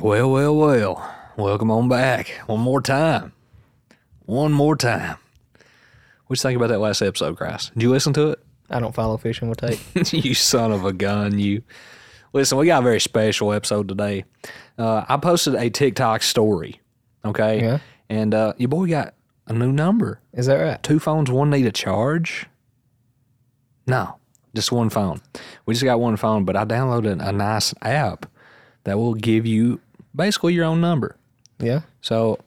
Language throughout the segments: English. Well, well, well. Welcome on back. One more time. One more time. What you think about that last episode, Christ? Did you listen to it? I don't follow fishing with tape. you son of a gun, you. Listen, we got a very special episode today. Uh, I posted a TikTok story, okay? Yeah. And uh, your boy got a new number. Is that right? Two phones, one need a charge? No, just one phone. We just got one phone, but I downloaded a nice app that will give you basically your own number. Yeah. So,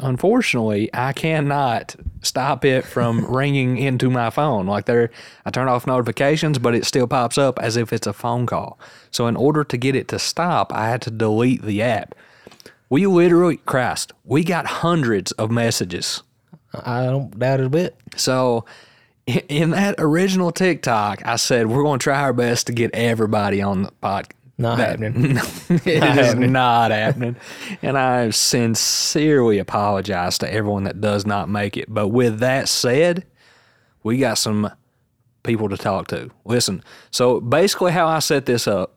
unfortunately, I cannot stop it from ringing into my phone. Like there, I turned off notifications, but it still pops up as if it's a phone call. So, in order to get it to stop, I had to delete the app. We literally, Christ, we got hundreds of messages. I I don't doubt it a bit. So, i- in that original TikTok, I said we're going to try our best to get everybody on the podcast. Not happening. It is not happening. And I sincerely apologize to everyone that does not make it. But with that said, we got some people to talk to. Listen, so basically how I set this up,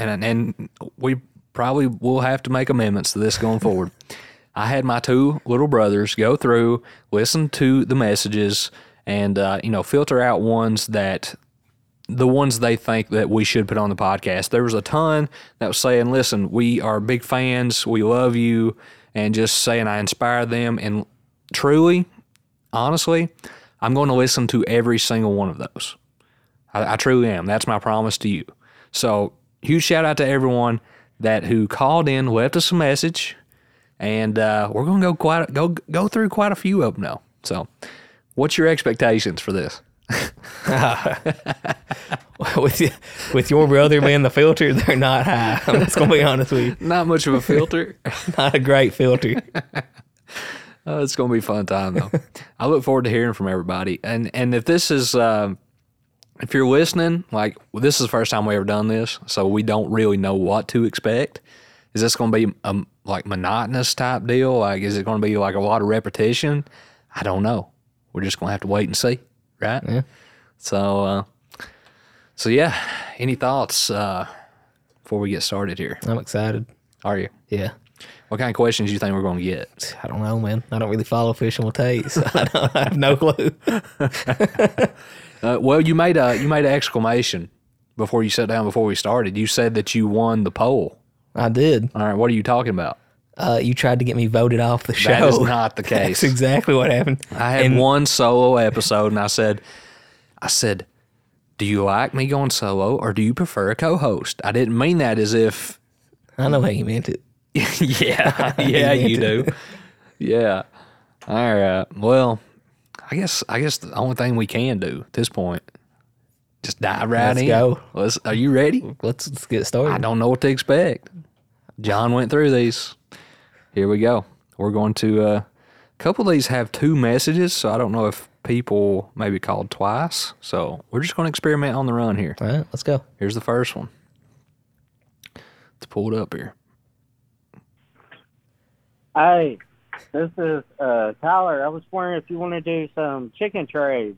and and we probably will have to make amendments to this going forward. I had my two little brothers go through, listen to the messages, and uh, you know filter out ones that the ones they think that we should put on the podcast. There was a ton that was saying, "Listen, we are big fans. We love you," and just saying I inspired them. And truly, honestly, I'm going to listen to every single one of those. I, I truly am. That's my promise to you. So huge shout out to everyone that who called in, left us a message, and uh, we're going to go quite a- go go through quite a few of them now. So, what's your expectations for this? with y- with your brother being the filter, they're not high. I'm just gonna be honest with you. Not much of a filter. Not a great filter. Uh, it's going to be a fun time though. I look forward to hearing from everybody. And and if this is um, if you're listening, like well, this is the first time we ever done this, so we don't really know what to expect. Is this going to be a like monotonous type deal? Like is it going to be like a lot of repetition? I don't know. We're just going to have to wait and see, right? Yeah. So uh, so yeah, any thoughts uh, before we get started here? I'm excited. Are you? Yeah. What kind of questions do you think we're going to get? I don't know, man. I don't really follow fishing with tape. So I, don't, I have no clue. Uh, well, you made a you made an exclamation before you sat down before we started. You said that you won the poll. I did. All right, what are you talking about? Uh, you tried to get me voted off the show. That is not the case. That's exactly what happened. I had one solo episode, and I said, I said, do you like me going solo, or do you prefer a co-host? I didn't mean that as if, I know how you meant it. yeah, yeah, you do, yeah. All right. Well, I guess I guess the only thing we can do at this point, just dive right Let's in. go. Let's. Are you ready? Let's, let's get I started. don't know what to expect. John went through these. Here we go. We're going to uh, a couple of these have two messages, so I don't know if people maybe called twice. So we're just going to experiment on the run here. All right, let's go. Here's the first one. Let's pull it up here. Hey, this is uh, Tyler. I was wondering if you want to do some chicken trades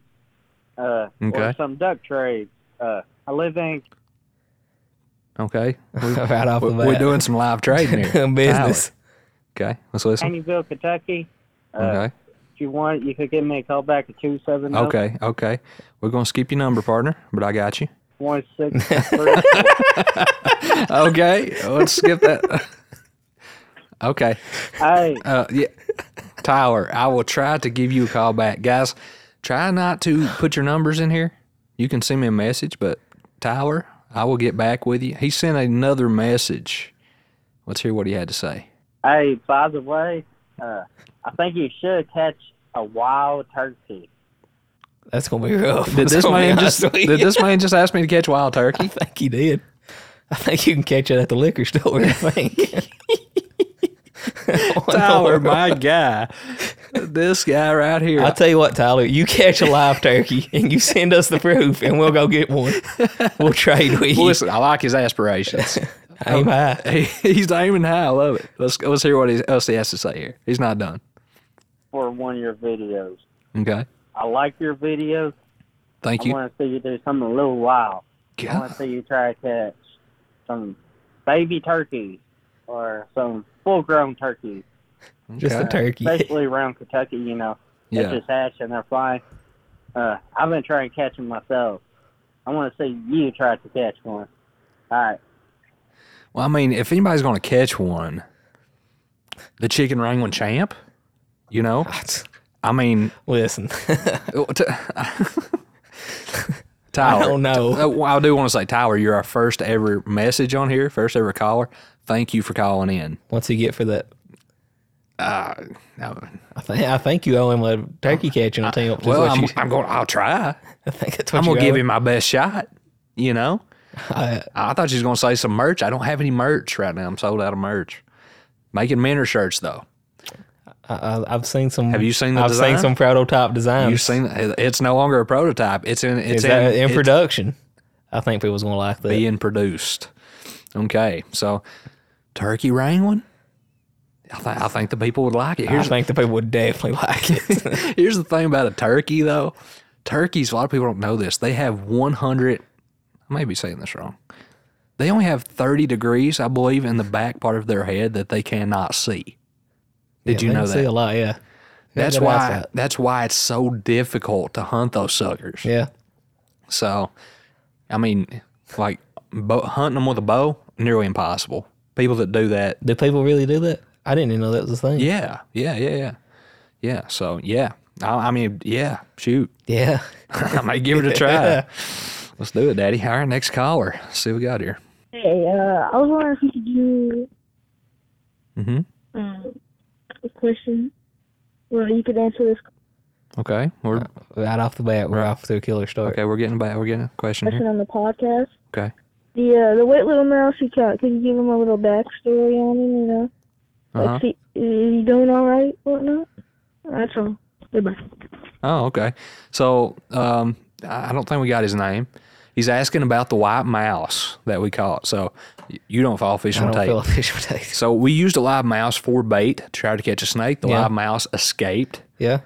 uh, Okay. or some duck trades. Uh, I live in Okay, right off We- the bat. we're doing some live trading here. business. Tyler. Okay, let's listen. Canyonville, Kentucky. Uh, Okay, If you want, you could give me a call back at two seven oh okay, okay. We're gonna skip your number, partner, but I got you. one six three. Okay, let's skip that. Okay. Hey, Uh, yeah, Tyler, I will try to give you a call back, guys. Try not to put your numbers in here. You can send me a message, but Tyler, I will get back with you. He sent another message. Let's hear what he had to say. hey. By the way, uh, I think you should catch a wild turkey. That's gonna be rough. Did this man just did this? this man just ask me to catch wild turkey? I think he did. I think you can catch it at the liquor store. I think. Tyler, my guy, this guy right here. I'll tell you what, Tyler. You catch a live turkey and you send us the proof, and we'll go get one. We'll trade with you. listen, I like his aspirations. Aim high. He- he's aiming high. I love it. Let's let's hear what he- else he has to say here. He's not done. For one of your videos, Okay, I like your videos. thank I you. want to see you do something a little wild. I God. want to see you try to catch some baby turkeys. or some full grown turkeys, Just a Okay. turkey. especially around Kentucky, you know. They Yeah. just hatch and they're flying. Uh, I've been trying to catch them myself. I want to see you try to catch one. All right. Well, I mean, if anybody's going to catch one, the chicken wrangling champ, you know? I mean, Listen, uh, t- I Tyler. don't know. Uh, well, I do want to say, Tyler, you're our first ever message on here, first ever caller. Thank you for calling in. What's he get for that? No, I think, I think you owe him a turkey catching attempt. is well, what I'm, you- I'm going. I'll try. I think that's what I'm you gonna give owe him my best shot. You know. I- I thought you was gonna say some merch. I don't have any merch right now. I'm sold out of merch. Making minor shirts though. I, I, I've seen some. Have you seen the I've design? seen some prototype designs. You've seen it- it's no longer a prototype. It's in. It's Is that in, in it's production? I think people's gonna like that. being produced. Okay, so turkey wrangling. I, th- I think the people would like it. I Here's think the people would definitely like it. Here's the thing about a turkey, though. Turkeys, a lot of people don't know this. They have 100, I may be saying this wrong. They only have 30 degrees, I believe, in the back part of their head that they cannot see. Did Yeah, you they know See a that? lot, yeah. They That's got good why. eyesight. That's why it's so difficult to hunt those suckers. Yeah. So, I mean, like bo- hunting them with a bow, nearly impossible. People that do that, Do people really do that? I didn't even know that was a thing. yeah, yeah, yeah, yeah, yeah. So, yeah, I, I mean, yeah, shoot. Yeah. I might give it a try. Let's do it, Daddy. All right, next caller. Let's see what we got here. Hey, uh, I was wondering if you could do Mhm. um, a question. Well, you could answer this Mm-hmm. Okay, Uh, we're Right off the bat, we're off to a killer start. okay. We're getting back. We're getting a question question here. on the podcast. Okay, The uh, the wet little mouse you got. Could you give him a little backstory on him? You know, Uh-huh. like see, is he doing all right, whatnot? That's all. Goodbye. Oh, okay. So um, I I don't think we got his name. He's asking about the white mouse that we caught. So y- you don't fall fish I on don't feel tape. a fish potato. So we used a live mouse for bait to try to catch a snake. The Yeah. live mouse escaped. Yeah.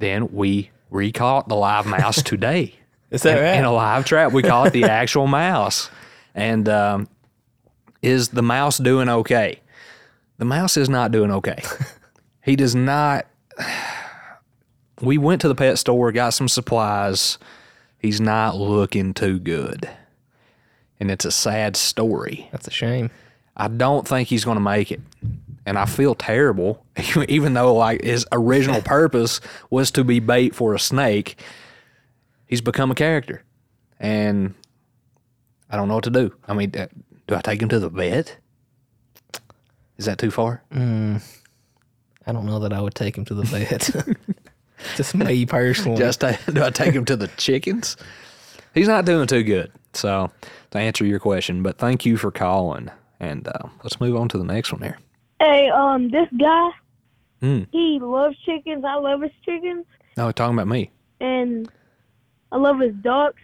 Then we recaught the live mouse today. Is that right? in a live trap. We call it the actual mouse. And um, is the mouse doing okay? The mouse is not doing okay. he does not. We went to the pet store, got some supplies. He's not looking too good. And it's a sad story. That's a shame. I don't think he's going to make it. And I feel terrible, even though like his original purpose was to be bait for a snake. He's become a character, and I don't know what to do. I mean, uh, do I take him to the vet? Is that too far? I don't know that I would take him to the vet. Just me personally. Just ta- do I take him to the chickens? He's not doing too good. So to answer your question, but thank you for calling, and uh, let's move on to the next one here. Hey, um, this guy, Mm. he loves chickens. I love his chickens, No, talking about me. and I love his ducks.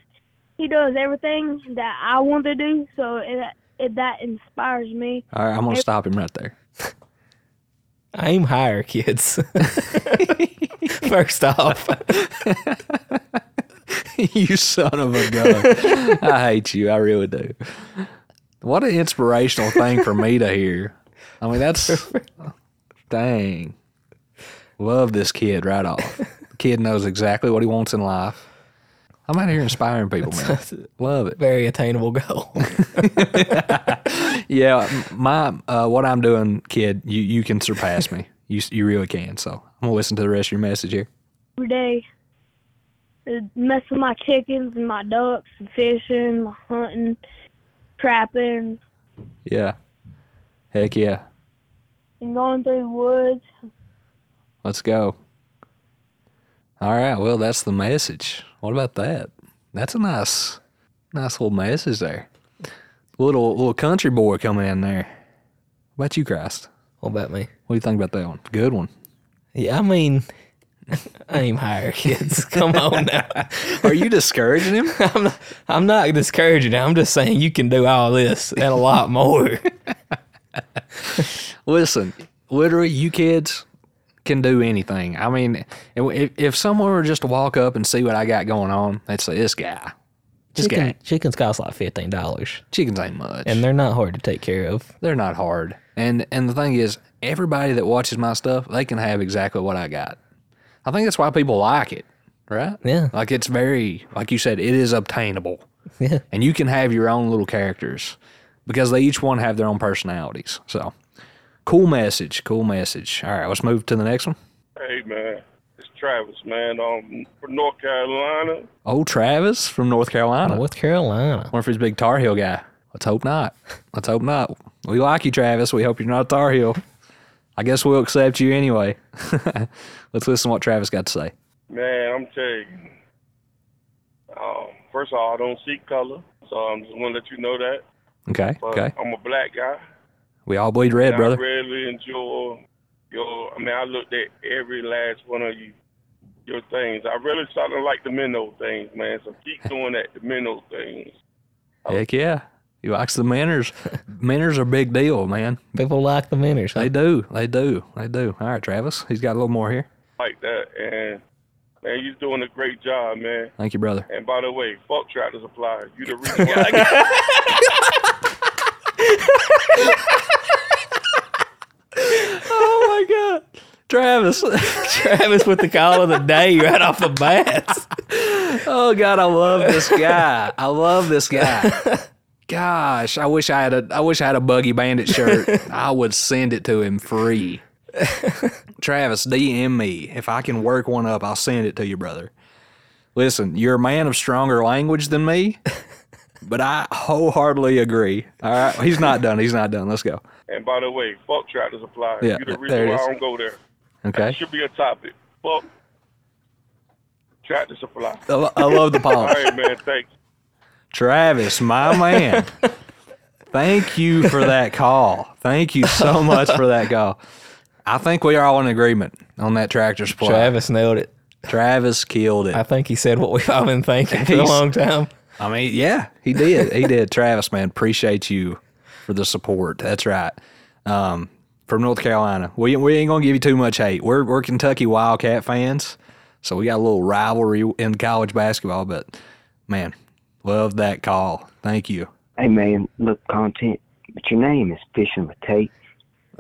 He does everything that I want to do, so it, it that inspires me. All right, I'm gonna stop him right there. aim higher, kids. First off, you son of a gun. I hate you. I really do. What an inspirational thing for me to hear. I mean, that's dang. Love this kid right off. The kid knows exactly what he wants in life. I'm out here inspiring people, man. Love it. very attainable goal. Yeah, m- my uh, what I'm doing, kid. You you can surpass me. You s- you really can. So I'm gonna listen to the rest of your message here. every day. It Mess with my chickens and my ducks and fishing, my hunting, trapping, Yeah. Heck yeah. and going through the woods. Let's go. All right. Well, that's the message. What about that? That's a nice, nice little message there. Little little country boy coming in there. What about you, Christ? what about me? What do you think about that one? Good one. Yeah, I mean, aim higher, kids. Come on now. Are you discouraging him? I'm not, I'm not discouraging. I'm just saying you can do all this and a lot more. Listen, literally, you kids can do anything. I mean, if, if someone were just to walk up and see what I got going on, they'd say, "This guy, This chicken, guy. Chickens cost like fifteen dollars, Chickens ain't much. and they're not hard to take care of. They're not hard. And and the thing is, everybody that watches my stuff, they can have exactly what I got. I think that's why people like it, right? Yeah. Like it's very, like you said, it is obtainable. Yeah, And you can have your own little characters because they each one have their own personalities. So, cool message, cool message. All right, let's move to the next one. Hey man, it's Travis, man, um, from North Carolina. Old Travis from North Carolina. North Carolina. Wonder if he's a big Tar Heel guy. Let's hope not. Let's hope not. We like you, Travis. We hope you're not a Tar Heel. I guess we'll accept you anyway. Let's listen to what Travis got to say. Man, I'm telling you. Um, first of all, I don't see color, so I'm just gonna let you know that. Okay. But Okay. I'm a black guy. We all bleed red, and I brother. really enjoy your. I mean, I looked at every last one of you, your things. I really started to like the minnow things, man. So keep doing that, the minnow things. Heck yeah. He likes the manners. manners are a big deal, man. People like the miners. They do. They do. They do. All right, Travis. He's got a little more here. Like that, and man, you're doing a great job, man. Thank you, brother. And by the way, fuck Tractor Supply. You the reason why I got Oh my God. Travis. Travis with the call of the day right off the bat. Oh God, I love this guy. I love this guy. Gosh, I wish I had a I wish I had a Buggy Bandit shirt. I would send it to him free. Travis, DM me. If I can work one up, I'll send it to you, brother. Listen, you're a man of stronger language than me, but I wholeheartedly agree. All right. He's not done. He's not done. Let's go. And by the way, fuck Tractor Supply. Yeah, you the there it reason why is. I don't go there. Okay. That should be a topic. Fuck Tractor Supply. I, lo- I love the All pause. right, man. Thanks. Travis, my man. Thank you for that call. Thank you so much for that call. I think we are all in agreement on that tractor supply. Travis, Travis nailed it. killed it. I I, think he said what we've all been thinking for a He's- long time. mean, yeah, he did. He did. Travis, man, appreciate you for the support. That's right. Um, from North Carolina, we we ain't gonna give you too much hate. We're we're Kentucky Wildcat fans, so we got a little rivalry in college basketball. But man, love that call. Thank you. Hey man, look content, but your name is Fishing with Tate,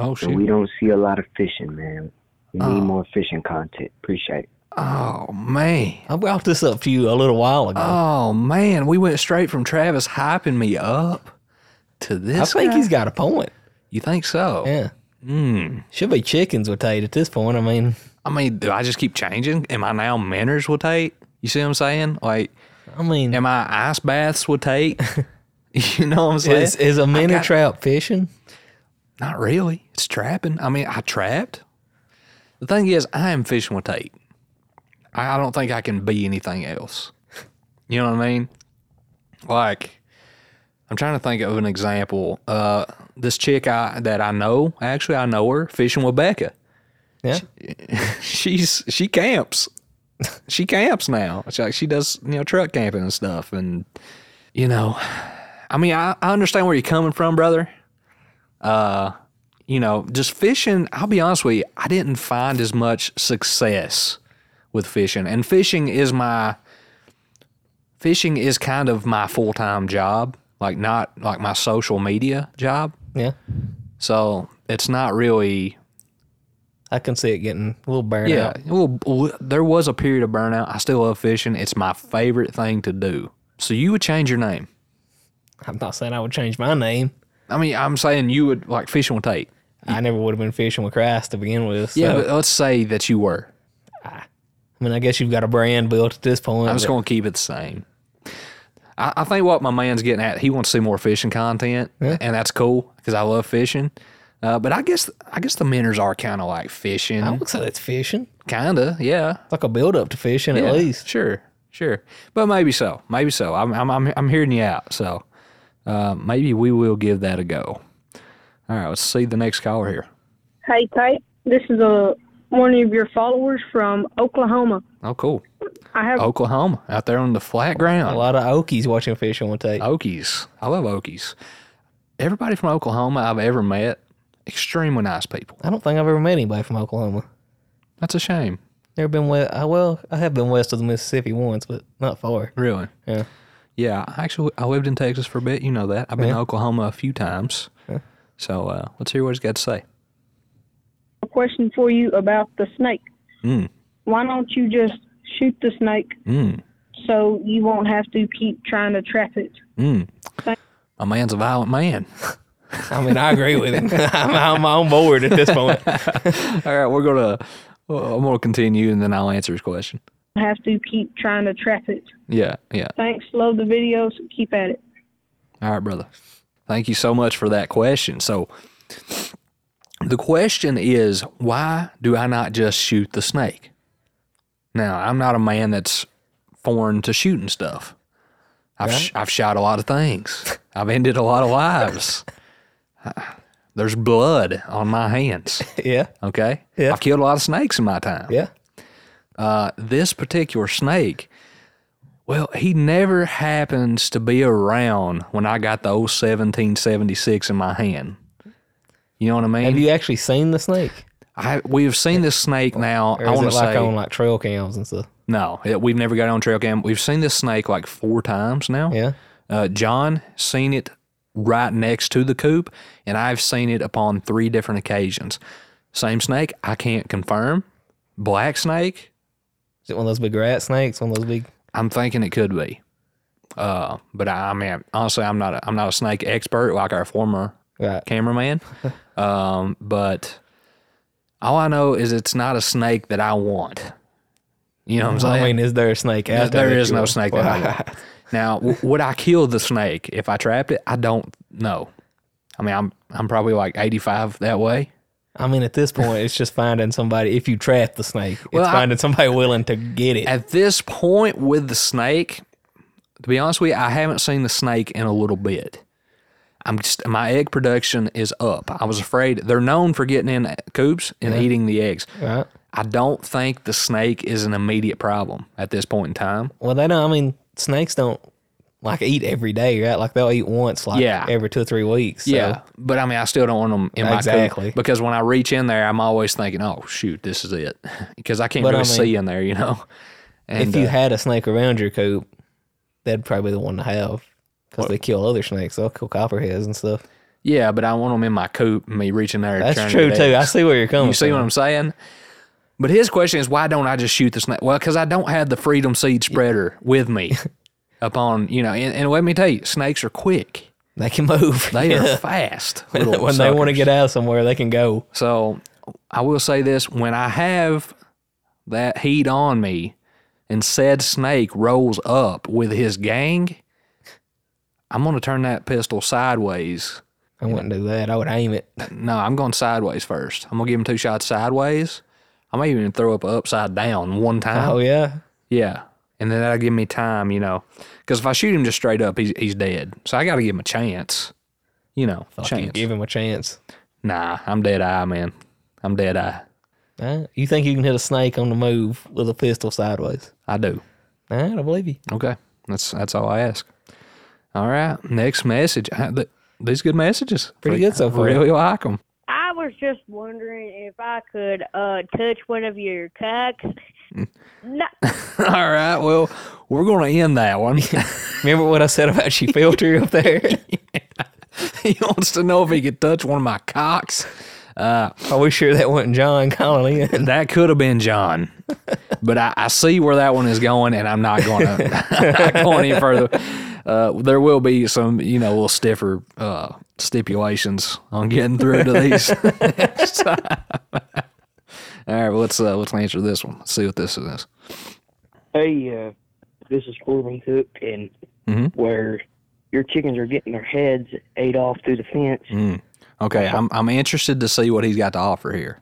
Oh and we don't see a lot of fishing, man. We need Oh. more fishing content. Appreciate it. Oh man. I brought this up to you a little while ago. Oh man, we went straight from Travis hyping me up to I this. think guy? he's got a point. You think so? Yeah. Mm. Should be chickens with Tate at this point. I mean, I mean, do I just keep changing? Am I now manners with Tate? You see what I'm saying? Like, I mean, am I ice baths with Tate? you know what I'm saying? is, is a minnow got- trout fishing? Not really. It's trapping. I mean, I trapped. The thing is, I am fishing with Tate. I, I don't think I can be anything else. You know what I mean? Like, I'm trying to think of an example. Uh, this chick I, that I know, actually, I know her fishing with Becca. Yeah. She's she camps. She camps now. She like she does you know truck camping and stuff, and you know, I mean, I, I understand where you're coming from, brother you know, just fishing, I'll be honest with you, I didn't find as much success with fishing. And fishing is my fishing is kind of my full-time job, like not like my social media job. Yeah. So, it's not really I can see it getting a little burned yeah, out. well, there was a period of burnout. I still love fishing. It's my favorite thing to do. So you would change your name. I'm not saying I would change my name. I mean, I'm saying you would like fishing with Tate. I never would have been fishing with Christ to begin with. So, Yeah, but let's say that you were. I mean, I guess you've got a brand built at this point. I'm just but- going to keep it the same. I, I think what my man's getting at, he wants to see more fishing content, and that's cool because I love fishing. Uh, but I guess I guess the miners are kind of like I fishing, would say that's fishing. kinda, yeah. It's like a build up to fishing yeah, at least. sure, sure. But maybe so, maybe so. I'm I'm I'm, I'm hearing you out, so uh, maybe we will give that a go. All right, let's see the next caller here. Hey, Tate. This is a one of your followers from Oklahoma. Oh, cool, I have Oklahoma, out there on the flat ground. A lot of Okies watching fishing with Tate. Okies. I love Okies. Everybody from Oklahoma I've ever met, extremely nice people. I don't think I've ever met anybody from Oklahoma. That's a shame. Never been west. I, well, I have been west of the Mississippi once, but not far. Really? Yeah. Yeah, I actually, I lived in Texas for a bit. You know that. I've been Yeah. to Oklahoma a few times. So uh, let's hear what he's got to say. a question for you about the snake. Mm. Why don't you just shoot the snake Mm. so you won't have to keep trying to trap it? Mm. My man's a violent man. I mean, I agree with him. I'm, I'm on board at this point. All right, we're gonna. well, I'm gonna continue, and then I'll answer his question. Have to keep trying to trap it. Yeah, yeah. Thanks. Love the videos. Keep at it. All right, brother. Thank you so much for that question. So, the question is why do I not just shoot the snake? Now, I'm not a man that's foreign to shooting stuff. I've, sh- I've shot a lot of things, I've ended a lot of lives. There's blood on my hands. Yeah, Okay. Yeah. I've killed a lot of snakes in my time yeah. this particular snake, well, he never happens to be around when I got the old 1776 in my hand. You know what I mean? Have you actually seen the snake? I, we have seen this snake now. Or I is want it to like say on like trail cams and stuff? no. it- we've never got it on trail cam. We've seen this snake like four times now. Yeah. Uh, John seen it right next to the coop, and I've seen it upon three different occasions. Same snake. I can't confirm. Black snake. Is it one of those big rat snakes? One of those big. I'm thinking it could be. Uh, but I, I mean, honestly, I'm not a, I'm not a snake expert like our former Right. cameraman. um, but all I know is it's not a snake that I want. You know what I'm I saying? mean, is there a snake out there? there that is you no want? snake that I want. Now, w- would I kill the snake if I trapped it? I don't know. I mean, I'm I'm probably like 85 that way. I mean, at this point, it's just finding somebody. If you trap the snake, Well, I- it's finding somebody willing to get it. At this point with the snake, to be honest with you, I haven't seen the snake in a little bit. I'm just, my egg production is up. I was afraid they're known for getting in coops and eating the eggs. Right. I don't think the snake is an immediate problem at this point in time. Well, they don't. I mean, snakes don't like eat every day, right? Like they'll eat once, like Yeah. every two or three weeks. So, but I mean, I still don't want them in my Exactly. coop because when I reach in there, I'm always thinking, "Oh shoot, this is it," because I can't But I really mean, see in there, you know. And if you uh, had a snake around your coop, that'd probably be the one to have because they kill other snakes. They'll kill copperheads and stuff. yeah, but I want them in my coop, me reaching there. trying That's to true get too. eggs. I see where you're coming. You see from. what I'm saying? But his question is, why don't I just shoot the snake? Well, because I don't have the freedom seed spreader with me. Upon you know, and, and let me tell you, snakes are quick. They can move. They Yeah. are fast. little when they want to suckers. get out of somewhere, they can go. So I will say this: when I have that heat on me, and said snake rolls up with his gang, I'm gonna turn that pistol sideways. I wouldn't do that. I would aim it. No, I'm going sideways first. I'm gonna give him two shots sideways. I may even throw up a upside down one time. Oh yeah, Yeah. And then that'll give me time, you know. Because if I shoot him just straight up, he's, he's dead. So I got to give him a chance. You know, Fuck you, chance. give him a chance. Nah, I'm dead eye, man. I'm dead eye. Alright. Uh, You think you can hit a snake on the move with a pistol sideways? I do. All right, I believe you. Okay. That's that's all I ask. All right. Next message. I, th- these good messages. Pretty good so far. Really like them. I was just wondering if I could uh, touch one of your cocks. no, all right. Well, we're going to end that one. Remember what I said about you filter up there? he wants to know if he could touch one of my cocks. Are we sure that wasn't John calling in? That could have been John, but I, I see where that one is going, and I'm not going to not going any further. Uh, there will be some, you know, little stiffer uh, stipulations on getting through to these. next time. All right, well, let's uh, let's answer this one. Let's see what this is. Hey, uh, this is Corbin Cook, and Mhm. where your chickens are getting their heads ate off through the fence. Mm. Okay, I'm I'm interested to see what he's got to offer here.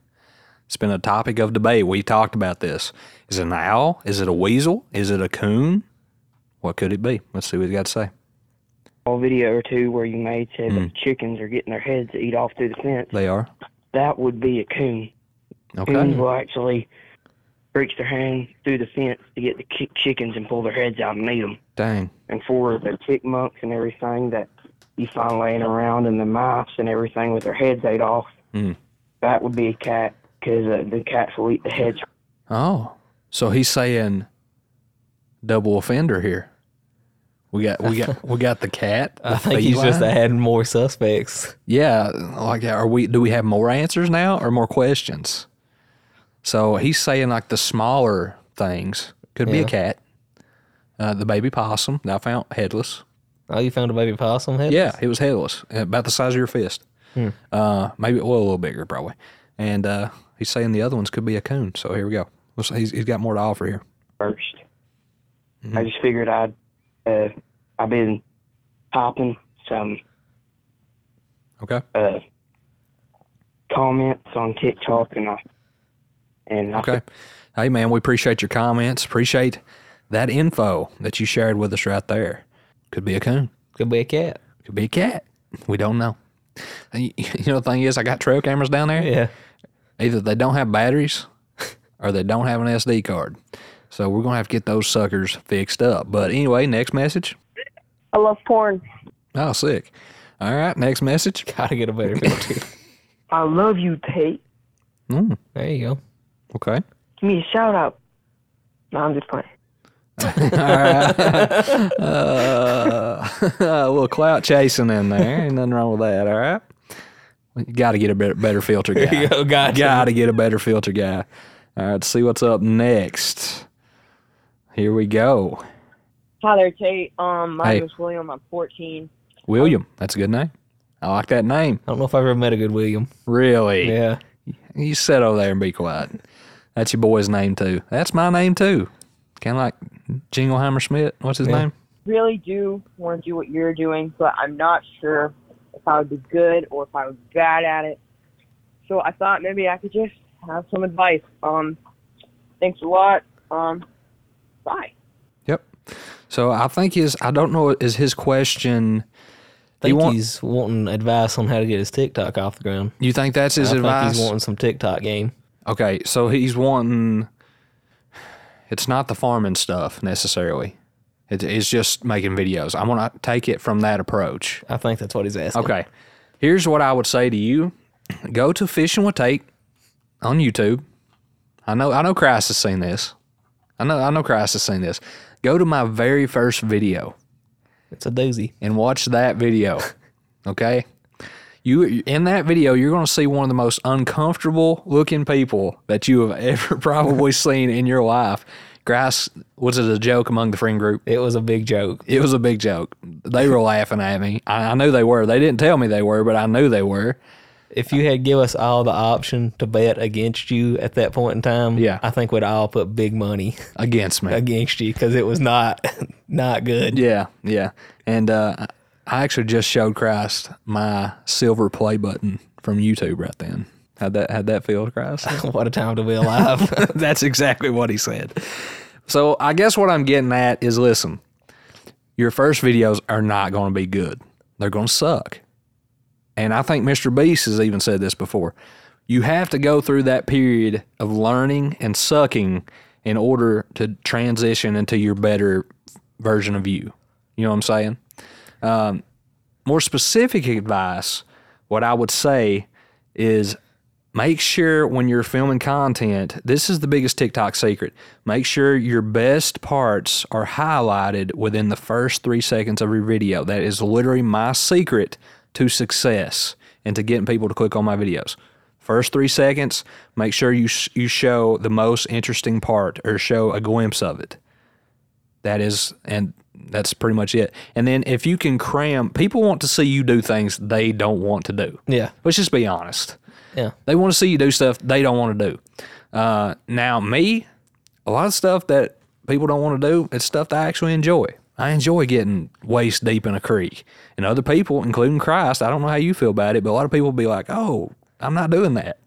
It's been a topic of debate. We talked about this. Is it an owl? Is it a weasel? Is it a coon? What could it be? Let's see what he's got to say. A video or two where you made said Mm. that chickens are getting their heads eat off through the fence. They are That would be a coon. okay. Coons will actually reach their hand through the fence to get the chi- chickens and pull their heads out and eat them. Dang. and for the chipmunks and everything that you find laying around and the mice and everything with their heads ate off, Mm. that would be a cat because uh, the cats will eat the heads. Oh, so he's saying double offender here. We got we got we got the cat. I the think he's just feline. adding more suspects. Yeah, like are we? Do we have more answers now or more questions? So he's saying like the smaller things could be a Yeah. cat, uh, the baby possum that I found headless. Oh, you found a baby possum head? Yeah, it was headless, about the size of your fist. Hmm. Uh, maybe well a little bigger probably. And uh, he's saying the other ones could be a coon. So here we go. Let's, he's, he's got more to offer here. 1st Mm-hmm. I just figured I'd uh, I've been typing some Okay. uh, comments on TikTok and I and I Okay. Hey, man, we appreciate your comments. Appreciate that info that you shared with us right there. Could be a coon. Could be a cat. Could be a cat. We don't know. And You you know, the thing is, I got trail cameras down there. Yeah. Either they don't have batteries or they don't have an SD card. So we're going to have to get those suckers fixed up. But anyway, next message. I love porn. Oh, sick. All right, next message. Gotta get a better picture. I love you, Tate. Mm, there you go. okay. Give me a shout out. No, I'm just playing. a little clout chasing in there. Ain't nothing wrong with that. All right. You got to get a better, better filter guy. There you go. Gotcha. got to get a better filter guy. All right, see what's up next. Here we go. Hi there, Tate. Um, my Hey. name is William. I'm 14. William. That's a good name. I like that name. I don't know if I've ever met a good William. Really? Yeah. You sit over there and be quiet. That's your boy's name, too. That's my name, too. Kind of like Jingleheimer Schmidt. What's his Yeah. name? Really do want to do what you're doing, but I'm not sure if I would be good or if I was bad at it. So I thought maybe I could just have some advice. Um, thanks a lot. Um, bye. Yep. So I think his, I don't know, is his question, think want- he's wanting advice on how to get his TikTok off the ground. you think that's his I advice? think he's wanting some TikTok game. Okay, so he's wanting. It's not the farming stuff necessarily. It, it's just making videos. I'm gonna take it from that approach. I think that's what he's asking. Okay, here's what I would say to you: Go to Fishing with Tate on YouTube. I know, I know, Christ has seen this. I know, I know, Christ has seen this. Go to my very first video It's a doozy. and watch that video. Okay? You in that video, you're going to see one of the most uncomfortable looking people that you have ever probably seen in your life. Grass was it a joke among the friend group? It was a big joke. It was a big joke. They were laughing at me. I, I knew they were. They didn't tell me they were, but I knew they were. If you had give us all the option to bet against you at that point in time, Yeah. I think we'd all put big money Against me. against you because it was not not good. Yeah, yeah. And uh, I actually just showed Christ my silver play button from YouTube right then. How'd that how'd that feel, Christ? What a time to be alive. That's exactly what he said. So I guess what I'm getting at is listen, your first videos are not going to be good. They're going to suck. And I think Mr. Beast has even said this before. You have to go through that period of learning and sucking in order to transition into your better version of you. You know what I'm saying? Um, more specific advice, what I would say is make sure when you're filming content, this is the biggest TikTok secret. Make sure your best parts are highlighted within the first three seconds of your video. That is literally my secret to success and to getting people to click on my videos. First three seconds, make sure you sh- you show the most interesting part or show a glimpse of it. That is, and that's pretty much it. And then if you can cram, people want to see you do things they don't want to do. yeah. Let's just be honest. Yeah. They want to see you do stuff they don't want to do. Uh, now, me, a lot of stuff that people don't want to do, it's stuff that I actually enjoy. I enjoy getting waist deep in a creek. And other people, including Christ, I don't know how you feel about it, but a lot of people be like, oh, I'm not doing that.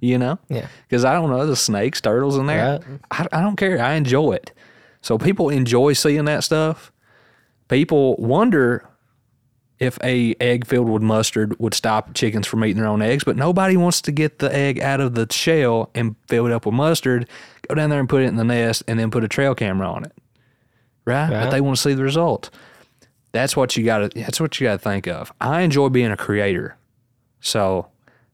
You know? Yeah. Because I don't know, there's snakes, turtles in there. Right. I, I don't care. I enjoy it. So people enjoy seeing that stuff. People wonder if a egg filled with mustard would stop chickens from eating their own eggs, but nobody wants to get the egg out of the shell and fill it up with mustard, go down there and put it in the nest, and then put a trail camera on it. Right? But Right. they want to see the result. That's what you gotta that's what you gotta think of. I enjoy being a creator. So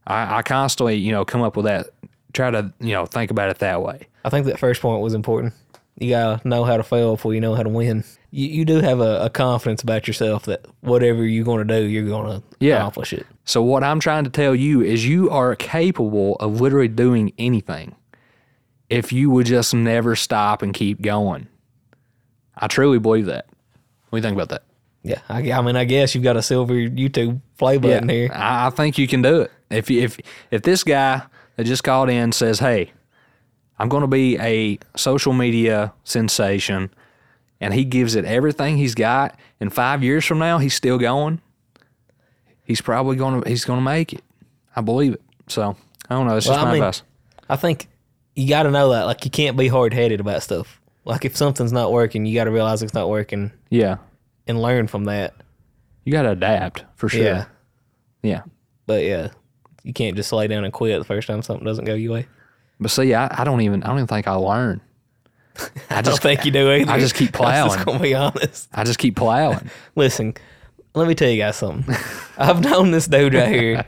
I, I constantly, you know, come up with that try to, you know, think about it that way. I think that first point was important. You gotta know how to fail before you know how to win. You, you do have a, a confidence about yourself that whatever you're gonna do, you're gonna Yeah. accomplish it. So what I'm trying to tell you is you are capable of literally doing anything if you would just never stop and keep going. I truly believe that. What do you think about that? Yeah, I, I mean, I guess you've got a silver YouTube play button here. I, I think you can do it. If you- if if this guy that just called in says, "Hey, I'm going to be a social media sensation," and he gives it everything he's got, and five years from now he's still going, he's probably going to he's going to make it. I believe it. So I don't know. It's Well, just I my mean- advice. I think you got to know that. Like, you can't be hard headed about stuff. Like, if something's not working, you got to realize it's not working Yeah, and learn from that. you got to adapt for sure. Yeah. yeah. But yeah, you can't just lay down and quit the first time something doesn't go your way. But see, I, I don't even I don't even think I learn. I I don't just think you do either. I just keep I'm plowing. just gonna be honest. I just keep plowing. Listen, let me tell you guys something. I've known this dude right here.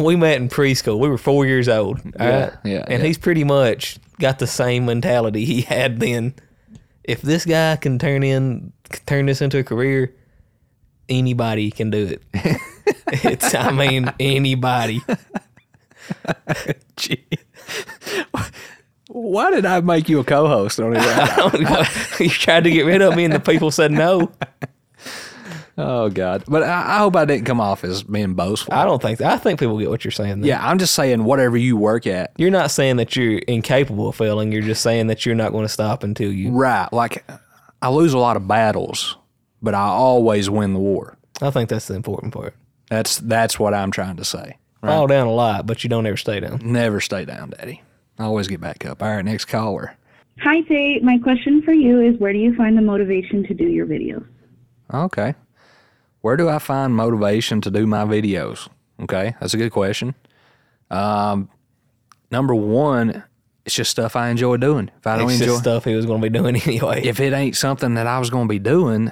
We met in preschool. We were four years old. all Yeah, right? yeah, And yeah. he's pretty much got the same mentality he had then. If this guy can turn in can turn this into a career, anybody can do it. it's I mean anybody. Gee. Why did I make you a co-host on it? you tried to get rid of me, and the people said no. oh God! But I, I hope I didn't come off as being boastful. I don't think. I think people get what you're saying. Though. yeah, I'm just saying whatever you work at, You're not saying that you're incapable of failing. You're just saying that you're not going to stop until you. right? Like I lose a lot of battles, but I always win the war. I think that's the important part. That's that's what I'm trying to say. Fall down a lot, but you don't ever stay down. Never stay down, Daddy. Always get back up. All right, next caller. Hi, Tate. My question for you is where do you find the motivation to do your videos? Okay. Where do I find motivation to do my videos? Okay, that's a good question. Um, number one, it's just stuff I enjoy doing. If I don't It's enjoy just stuff he was going to be doing anyway. if it ain't something that I was going to be doing,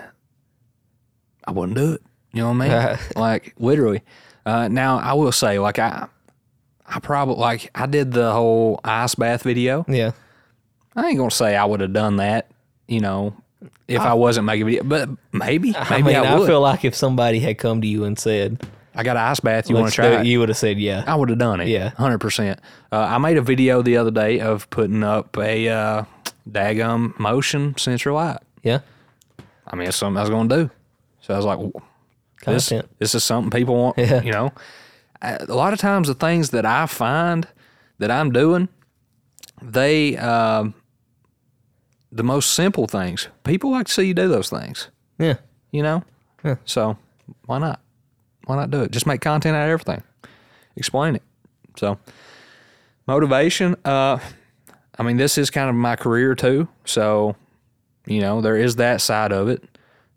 I wouldn't do it. You know what I mean? like literally. Uh, now I will say, like I, I probably like I did the whole ice bath video. Yeah. I ain't gonna say I would have done that, you know, if I, wasn't making video. But maybe, maybe I, I mean, I, would. feel like if somebody had come to you and said, I got an ice bath. You want "Let's to do try it," it? you would have said, yeah. I would have done it. Yeah. hundred percent. Uh, I made a video the other day of putting up a uh, daggum motion sensor light. Yeah. I mean, it's something I was going to do. So I was like, "W- this, Content. this is something people want, Yeah. you know. I- A lot of times, the things that I find that I'm doing, they, um, the most simple things, people like to see you do those things, Yeah. you know? So why not? Why not do it? Just make content out of everything, explain it. So, motivation, uh, I mean, this is kind of my career too. So, you know, there is that side of it.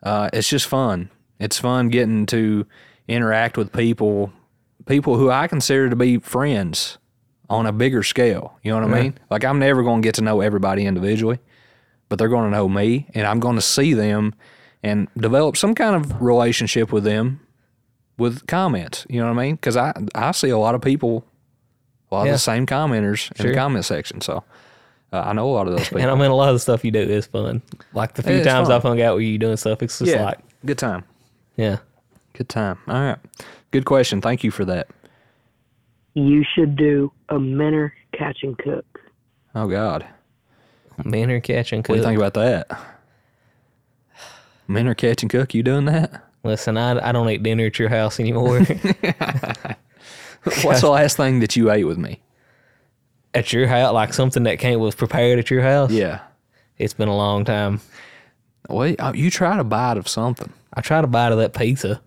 Uh, it's just fun. It's fun getting to interact with people, people who I consider to be friends on a bigger scale. You know what I mean? Like, I'm never going to get to know everybody individually, but they're going to know me and I'm going to see them and develop some kind of relationship with them with comments. You know what I mean? Because I, I see a lot of people, a lot of Yeah. the same commenters in Sure. the comment section. So, uh, I know a lot of those people. And I mean, a lot of the stuff you do is fun. Like the few It's times fun. I've hung out with you doing stuff, it's just like, good time. yeah. Good time. All right. Good question. Thank you for that. You should do a minner catch and cook. Oh God. Men are catching What do cook. you think about that? Men are catching cook. You doing that? Listen, I, I don't eat dinner at your house anymore. What's the last thing that you ate with me? at your house, like something that came was prepared at your house. Yeah. It's been a long time. Wait. uh, You tried a bite of something. I tried to bite of that pizza.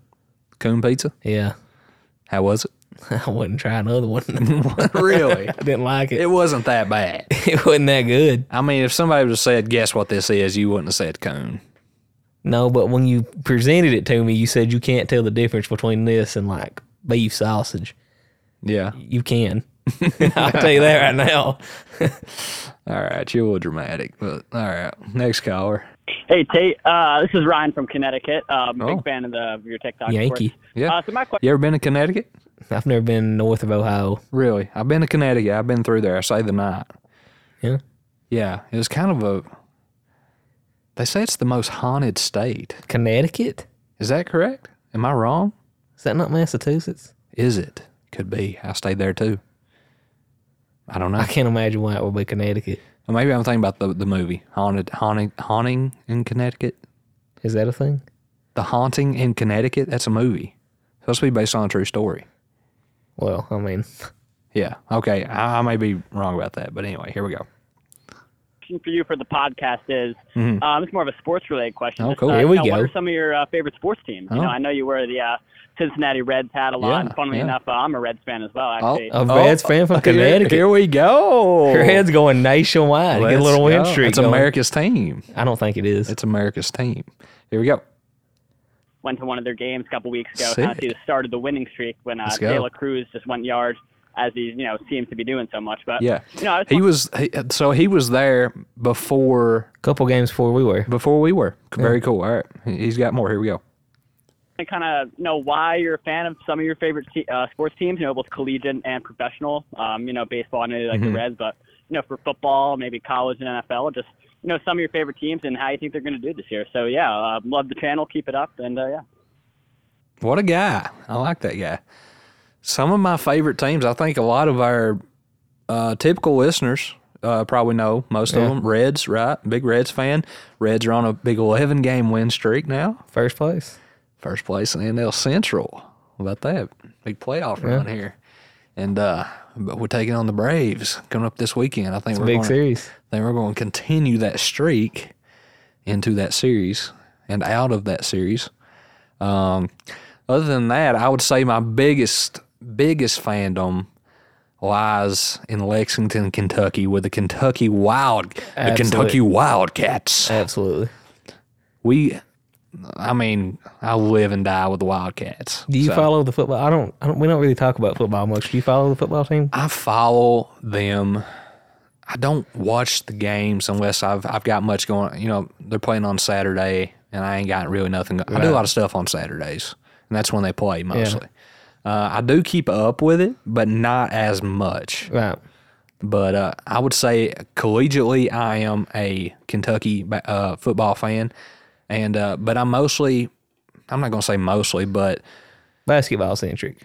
Coon pizza. Yeah. How was it? I wouldn't try another one. really? I didn't like it. It it. wasn't that bad. wasn't that good. I mean, if somebody would have said, "Guess what this is," you wouldn't have said coon. No, but when you presented it to me, you said you can't tell the difference between this and like beef sausage. Yeah. You can. I'll tell you that right now. All right. You were dramatic, but all right. Next caller. Hey Tate, uh, this is Ryan from Connecticut. Um, Oh. Big fan of the of your TikTok. Yankee. Yeah. Uh, so my question. you ever been to Connecticut? I've never been north of Ohio. Really? I've been to Connecticut. I've been through there. I say the night. Yeah. Yeah. It was kind of a They say it's the most haunted state. Connecticut? Is that correct? Am I wrong? Is that not Massachusetts? Is it? Could be. I stayed there too. I don't know. I can't imagine why it would be Connecticut. Or maybe I'm thinking about the, the movie Haunted Haunting Haunting in Connecticut. Is that a thing? The Haunting in Connecticut. That's a movie. Supposed to be based on a true story. Well, I mean, Yeah. Okay. I, I may be wrong about that, but anyway, here we go. question for you for the podcast is Mhm. um, it's more of a sports related question. Oh, Just, cool. uh, Here we you know, What go. are some of your uh, favorite sports teams? You Oh. know, I know you wear the uh, Cincinnati Reds hat a lot. Yeah, and funnily yeah. Oh, enough, uh, I'm a Reds fan as well. Actually, a Reds fan from okay, Connecticut. Here we go. Her head's going nationwide. Get a Let's little win go. streak. It's going. America's team. I don't think it is. It's America's team. Here we go. went to one of their games a couple weeks ago. Sick. Kind of see the start of the winning streak when uh, Let's go. Taylor Cruz just went yard, as he you know seems to be doing so much. But Yeah. you know, I was He was he, so he was there before couple games before we were. before we were. Very cool. All right. He's got more. Here we go. kind of know why you're a fan of some of your favorite te- uh, sports teams, you know, both collegiate and professional. Um, you know, baseball, I know you like Mhm. the Reds, but you know, for football, maybe college and NFL, just you know, some of your favorite teams and how you think they're going to do this year. So yeah, uh, love the channel, keep it up, and uh, yeah. What a guy. I like that guy. Some of my favorite teams, I think a lot of our uh, typical listeners uh, probably know most Yeah. of them. Reds, right? Big Reds fan. Reds are on a big 11 game win streak now. First place. First place in NL Central. How about that? Big playoff Yeah. run here. And uh, but we're taking on the Braves coming up this weekend. I think It's a we're big gonna, series. Then we're going to continue that streak into that series and out of that series. Um, other than that, I would say my biggest biggest fandom lies in Lexington, Kentucky, with the Kentucky Wild, the Absolutely. Kentucky Wildcats. Absolutely. We, I mean, I live and die with the Wildcats. Do you So, follow the football? I don't, I don't. We don't really talk about football much. Do you follow the football team? I follow them. I don't watch the games unless I've I've got much going. You know, they're playing on Saturday, and I ain't got really nothing. go- I do a lot of stuff on Saturdays, and that's when they play mostly. Uh, I do keep up with it, but not as much. Right. But uh, I would say collegiately, I am a Kentucky ba- uh, football fan, and uh, but I'm mostly. I'm not gonna say mostly, but Basketball centric.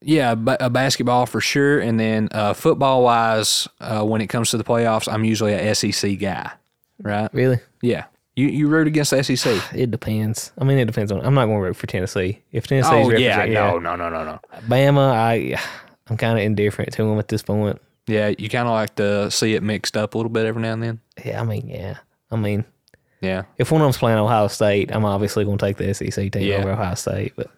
yeah, ba- uh, basketball for sure, and then uh, football wise, uh, when it comes to the playoffs, I'm usually a SEC guy, right? Really? Yeah, you you root against the E SEC. It depends. I mean, it depends on. I'm not going to root for Tennessee. If Tennessee's oh yeah, represented- no, no, no, no, no. Bama, I, I'm kind of indifferent to them at this point. Yeah, you kind of like to see it mixed up a little bit every now and then. Yeah, I mean, yeah, I mean, Yeah, if one of them's playing Ohio State, I'm obviously going to take the SEC team Yeah. over Ohio State, but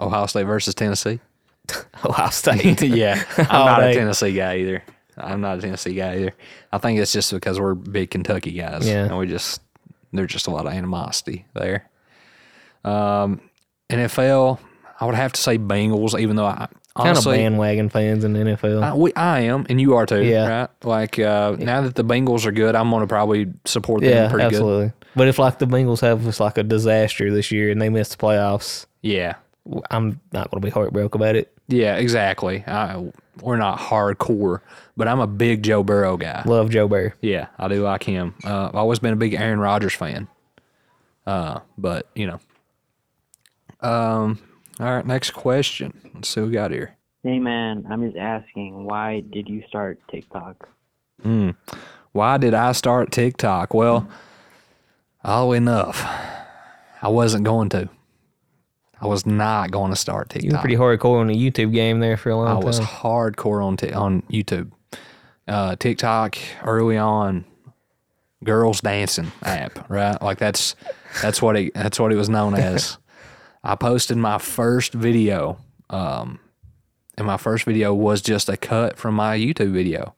Ohio State versus Tennessee. Ohio State, yeah, I'm All not a day. Tennessee guy either. I'm not a Tennessee guy either. I think it's just because we're big Kentucky guys. Yeah. And we just, there's just a lot of animosity there. Um, NFL, I would have to say Bengals, even though I kind of honestly, bandwagon fans in the NFL. I, we, I am, and you are too, Yeah. right? Like, uh, now that the Bengals are good, I'm going to probably support them yeah, pretty good. absolutely. But if like the Bengals have just like a disaster this year and they miss the playoffs, Yeah. w- I'm not going to be heartbroken about it. Yeah, exactly. I, we're not hardcore, but I'm a big Joe Burrow guy. Love Joe Burrow. Yeah, I do like him. Uh, I've always been a big Aaron Rodgers fan. Uh, but you know. Um. All right. Next question. Let's see what we got here. Hey man, I'm just asking, why did you start TikTok? Hmm. Why did I start TikTok? Well, oddly enough, I wasn't going to. I was not going to start TikTok. You were pretty hardcore on the YouTube game there for a long Oh. I time. was hardcore on t- on YouTube, uh, TikTok early on. Girls dancing app, right? Like that's that's what it that's what it was known as. I posted my first video, um, and my first video was just a cut from my YouTube video,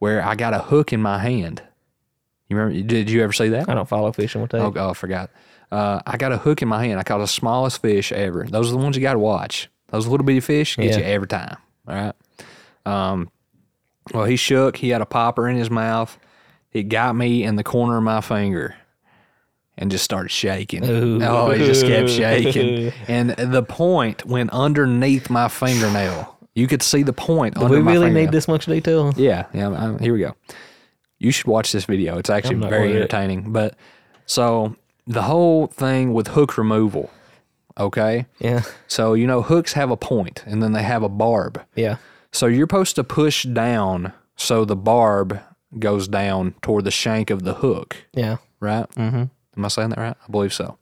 where I got a hook in my hand. You remember? Did you ever see that? I don't follow fishing with that. Oh, God, I forgot. Uh, I got a hook in my hand. I caught the smallest fish ever. Those are the ones you got to watch. Those little bitty fish get you Yeah. every time. All right. Um, well, he shook. He had a popper in his mouth. It got me in the corner of my finger and just started shaking. Ooh. Oh, he just kept shaking. and the point went underneath my fingernail. You could see the point Do under we my really fingernail. need this much detail? Yeah, yeah. I'm- I'm- here we go. You should watch this video. It's actually I'm not very worried. entertaining. But so the whole thing with hook removal. Okay. Yeah. So you know hooks have a point, and then they have a barb. Yeah. So you're supposed to push down so the barb goes down toward the shank of the hook. Yeah. Right. Mm-hmm. Am I saying that right? I believe so.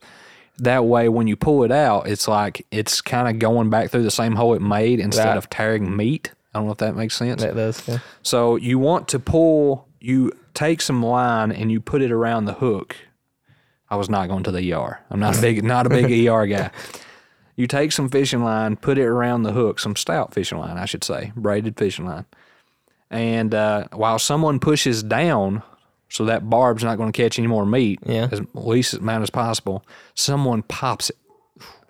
That way, when you pull it out, it's like it's kind of going back through the same hole it made instead Right. of tearing meat. I don't know if that makes sense. That does. Yeah. So you want to pull, you take some line and you put it around the hook. I was not going to the ER. I'm not a big, not a big ER guy. You take some fishing line, put it around the hook, some stout fishing line, I should say, braided fishing line. And uh, while someone pushes down, so that barb's not going to catch any more meat, yeah. as least amount as possible, someone pops it.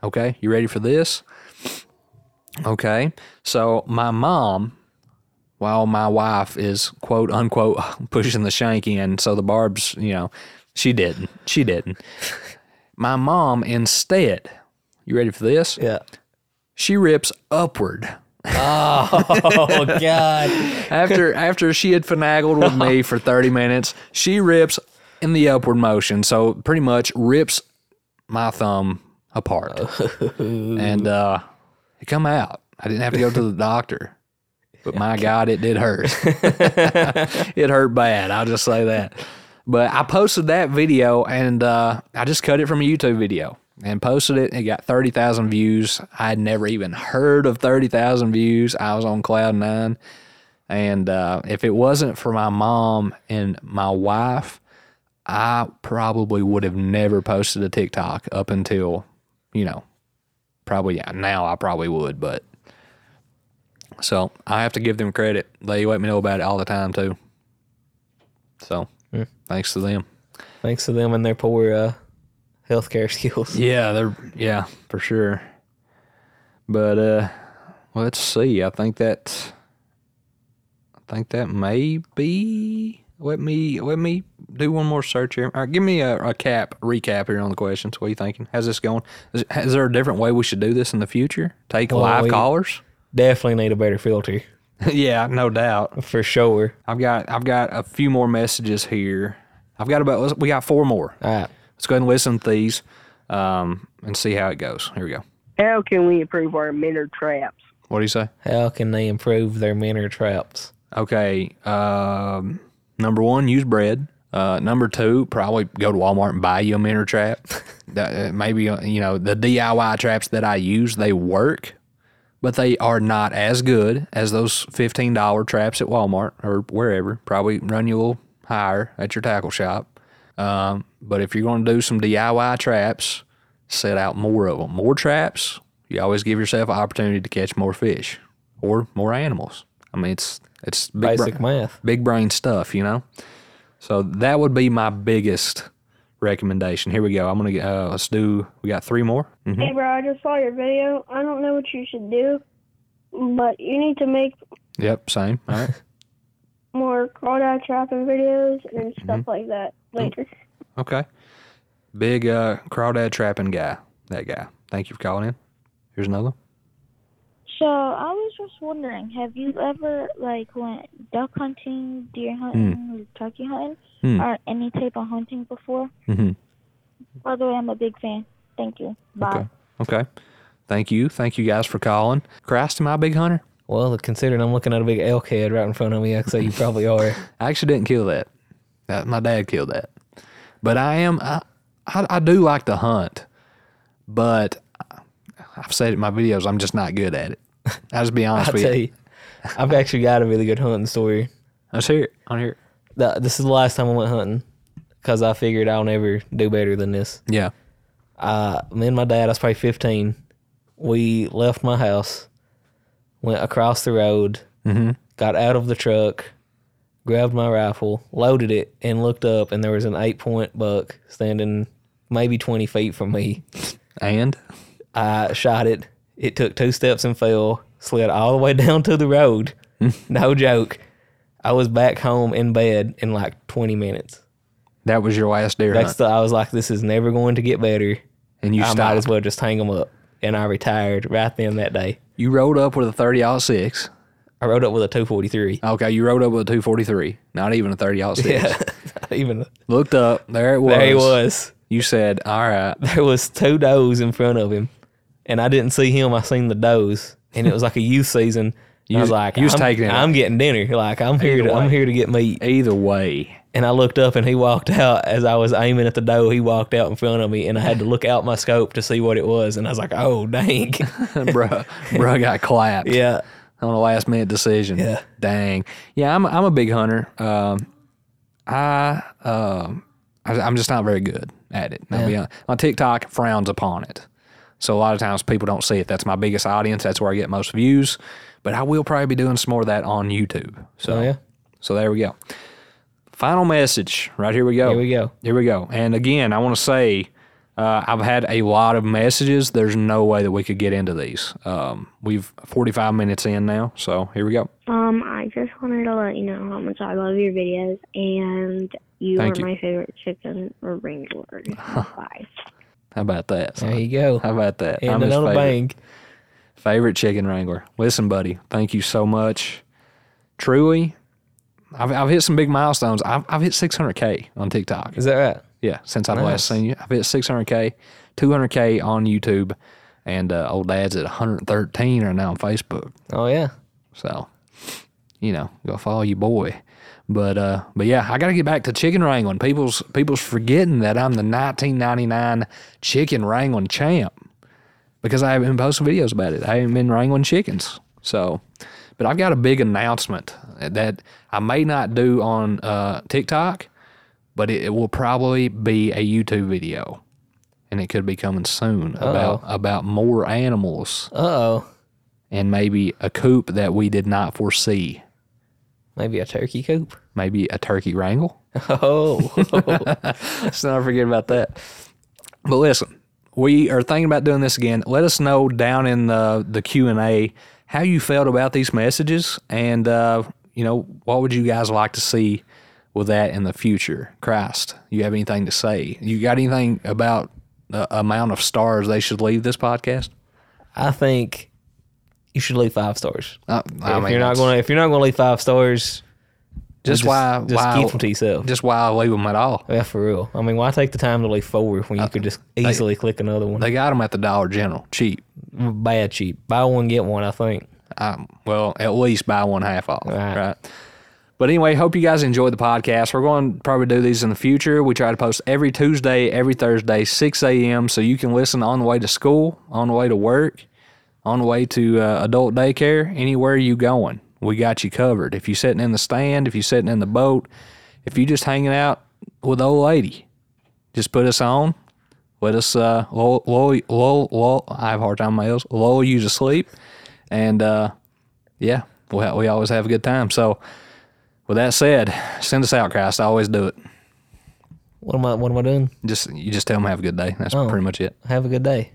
Okay, you ready for this? Okay, so my mom, while my wife is quote unquote pushing the shank in, so the barbs, you know, she didn't. She didn't. My mom instead, you ready for this? Yeah. She rips upward. Oh God. after after she had finagled with me for 30 minutes, she rips in the upward motion. So pretty much rips my thumb apart. and uh it come out. I didn't have to go to the doctor. But my God, it did hurt. it hurt bad. I'll just say that. But I posted that video and uh, I just cut it from a YouTube video and posted it. It got 30,000 views. I had never even heard of 30,000 views. I was on Cloud Nine. And uh, if it wasn't for my mom and my wife, I probably would have never posted a TikTok up until, you know, probably yeah, now I probably would, but so I have to give them credit. They let me know about it all the time too. So Yeah. thanks to them. Thanks to them and their poor uh, healthcare skills. Yeah, they're yeah, for sure. But uh let's see. I think that I think that may be let me let me do one more search here. All right, give me a, a cap recap here on the questions. What are you thinking? How's this going? Is, is there a different way we should do this in the future? Take Well, live we- callers? Definitely need a better filter. yeah, no doubt. For sure. I've got I've got a few more messages here. I've got about we got four more. All right. Let's go ahead and listen to these um, and see how it goes. Here we go. How can we improve our minnow traps? What do you say? How can they improve their manner traps? Okay. Um, number one, use bread. Uh, number two, probably go to Walmart and buy you a minnow trap. That, uh, maybe uh, you know the DIY traps that I use, they work, but they are not as good as those fifteen dollar traps at Walmart or wherever. Probably run you a little higher at your tackle shop. Um, but if you're going to do some DIY traps, set out more of them. More traps, you always give yourself an opportunity to catch more fish or more animals. I mean, it's it's big Basic math. big brain stuff, you know. So that would be my biggest recommendation. Here we go. I'm gonna uh, let's do. We got three more. Mhm. Hey, bro, I just saw your video. I don't know what you should do, but you need to make Yep, same. All right. more crawdad trapping videos and stuff like that later. Okay. Big uh, crawdad trapping guy. That guy. Thank you for calling in. Here's another. one. So I was just wondering, have you ever like went duck hunting, deer hunting, or turkey hunting, Hmm. or any type of hunting before? Mhm. By the way, I'm a big fan. Thank you. Bye. Okay. Thank you. Thank you guys for calling. Christ, am I a big hunter? Well, considering I'm looking at a big elk head right in front of me, I could say you probably are. I actually didn't kill that. That- my dad killed that. But I am I, I I do like to hunt, but I've said it in my videos. I'm just not good at it. I'll just be honest I'll with tell you, I've actually got a really good hunting story. Let's hear it. I hear it. Th- This is the last time I went hunting because I figured I'll never do better than this. Yeah. Uh, me and my dad, I was probably 15. We left my house, went across the road, Mhm. got out of the truck, grabbed my rifle, loaded it, and looked up, and there was an eight point buck standing maybe 20 feet from me. And? I shot it. It took two steps and fell, slid all the way down to the road. no joke. I was back home in bed in like 20 minutes. That was your last deer That's hunt. the, I was like, this is never going to get better. And you I might stopped. as well just hang them up. And I retired right then that day. You rode up with a thirty six. I rode up with a two forty three. Okay, you rode up with a two forty three. Not even a thirty six. Yeah, even Looked up. There it was. There he was. You said, all right. There was two does in front of him, and I didn't see him. I seen the does, and it was like a youth season. You I was was- like, you was I'm, taking it. I'm getting dinner. Like I'm here. Either To, I'm way. here to get meat. Either way. And I looked up, and he walked out as I was aiming at the doe. He walked out in front of me, and I had to look out my scope to see what it was. And I was like, "Oh, dang, bruh, bruh got clapped. Yeah. On a last minute decision. Yeah. Dang. Yeah, I'm I'm a big hunter. Um, I um, I, I'm just not very good at it. I'll be Yeah. honest. My TikTok frowns upon it, so a lot of times people don't see it. That's my biggest audience. That's where I get most views. But I will probably be doing some more of that on YouTube. So Oh, yeah. So there we go. Final message. Right here we go. Here we go. Here we go. And again, I want to say uh, I've had a lot of messages. There's no way that we could get into these. Um, we've 45 minutes in now, so here we go. Um, I just wanted to let you know how much I love your videos, and you Thank are you. my favorite chicken wrangler. Bye. How about that? There you go. How about that? Ending on a bang. Favorite chicken wrangler. Listen, buddy, thank you so much. Truly, I've, I've hit some big milestones. I've, I've hit 600K on TikTok. Is that right? Yeah, since I've Nice. last seen you. I've hit 600K, 200K on YouTube, and uh, old dad's at 113 right now on Facebook. Oh, yeah. So, you know, go follow your boy. But uh, but yeah, I got to get back to chicken wrangling. People's people's forgetting that I'm the 1999 chicken wrangling champ because I haven't been posting videos about it. I haven't been wrangling chickens. So, but I've got a big announcement that I may not do on uh, TikTok, but it, it will probably be a YouTube video, and it could be coming soon about about more animals. Oh, and maybe a coop that we did not foresee. Maybe a turkey coop. Maybe a turkey wrangle. Oh, let's not forget about that. But listen, we are thinking about doing this again. Let us know down in the the Q and A how you felt about these messages, and uh, you know what would you guys like to see with that in the future. Christ, you have anything to say? You got anything about the amount of stars they should leave this podcast? I think you should leave five stars. Uh, I if mean, you're not Oh, that's- gonna, if you're not gonna leave five stars, Just why- Just why- keep them to yourself. Just why leave them at all? Yeah, for real. I mean, why take the time to leave four when Uh, you could just easily click another one? They got them at the Dollar General, cheap, bad cheap. Buy one get one. I think. Um, well, at least buy one half off, right. But anyway, hope you guys enjoyed the podcast. We're going to probably do these in the future. We try to post every Tuesday, every Thursday, 6 a.m. So you can listen on the way to school, on the way to work, on the way to uh, adult daycare, anywhere you going. We got you covered. If you're sitting in the stand, if you're sitting in the boat, if you're just hanging out with the old lady, just put us on. Let us uh, lull, lull, lull, lull, I have a hard time with my L's, lull you to sleep. And uh, yeah, we, we always have a good time. So, with that said, send us out, Christ. I always do it. What am I? What am I doing? Just you just tell them have a good day. That's Oh. pretty much it. Have a good day.